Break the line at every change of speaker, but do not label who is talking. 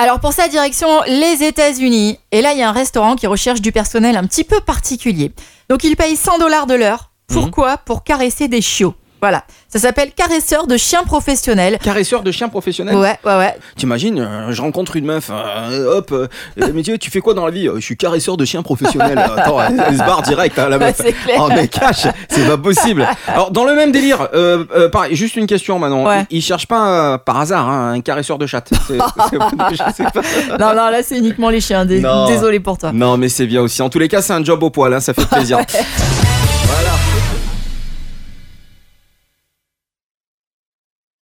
Alors pour ça, direction les États-Unis. Et là, il y a un restaurant qui recherche du personnel un petit peu particulier. Donc il paye 100 dollars de l'heure. Pourquoi Pour caresser des chiots. Voilà. Ça s'appelle caresseur de chiens professionnels.
Caresseur de chien professionnel.
Ouais, ouais, ouais.
T'imagines, euh, je rencontre une meuf, euh, hop, euh, euh, mais tu, tu fais quoi dans la vie Euh, Je suis caresseur de chien professionnel. Attends, elle, elle se barre direct, hein, la meuf.
C'est clair.
Oh mais cache, c'est pas possible. Alors dans le même délire, euh, euh, pareil, juste une question maintenant.
Ouais.
Ils, ils cherchent pas euh, par hasard hein, un caresseur de chatte. C'est- c'est- je sais pas.
Non, non, là, c'est uniquement les chiens. Dé-
Non.
Désolé pour toi.
Non mais c'est bien aussi. En tous les cas, c'est un job au poil, hein, ça fait plaisir.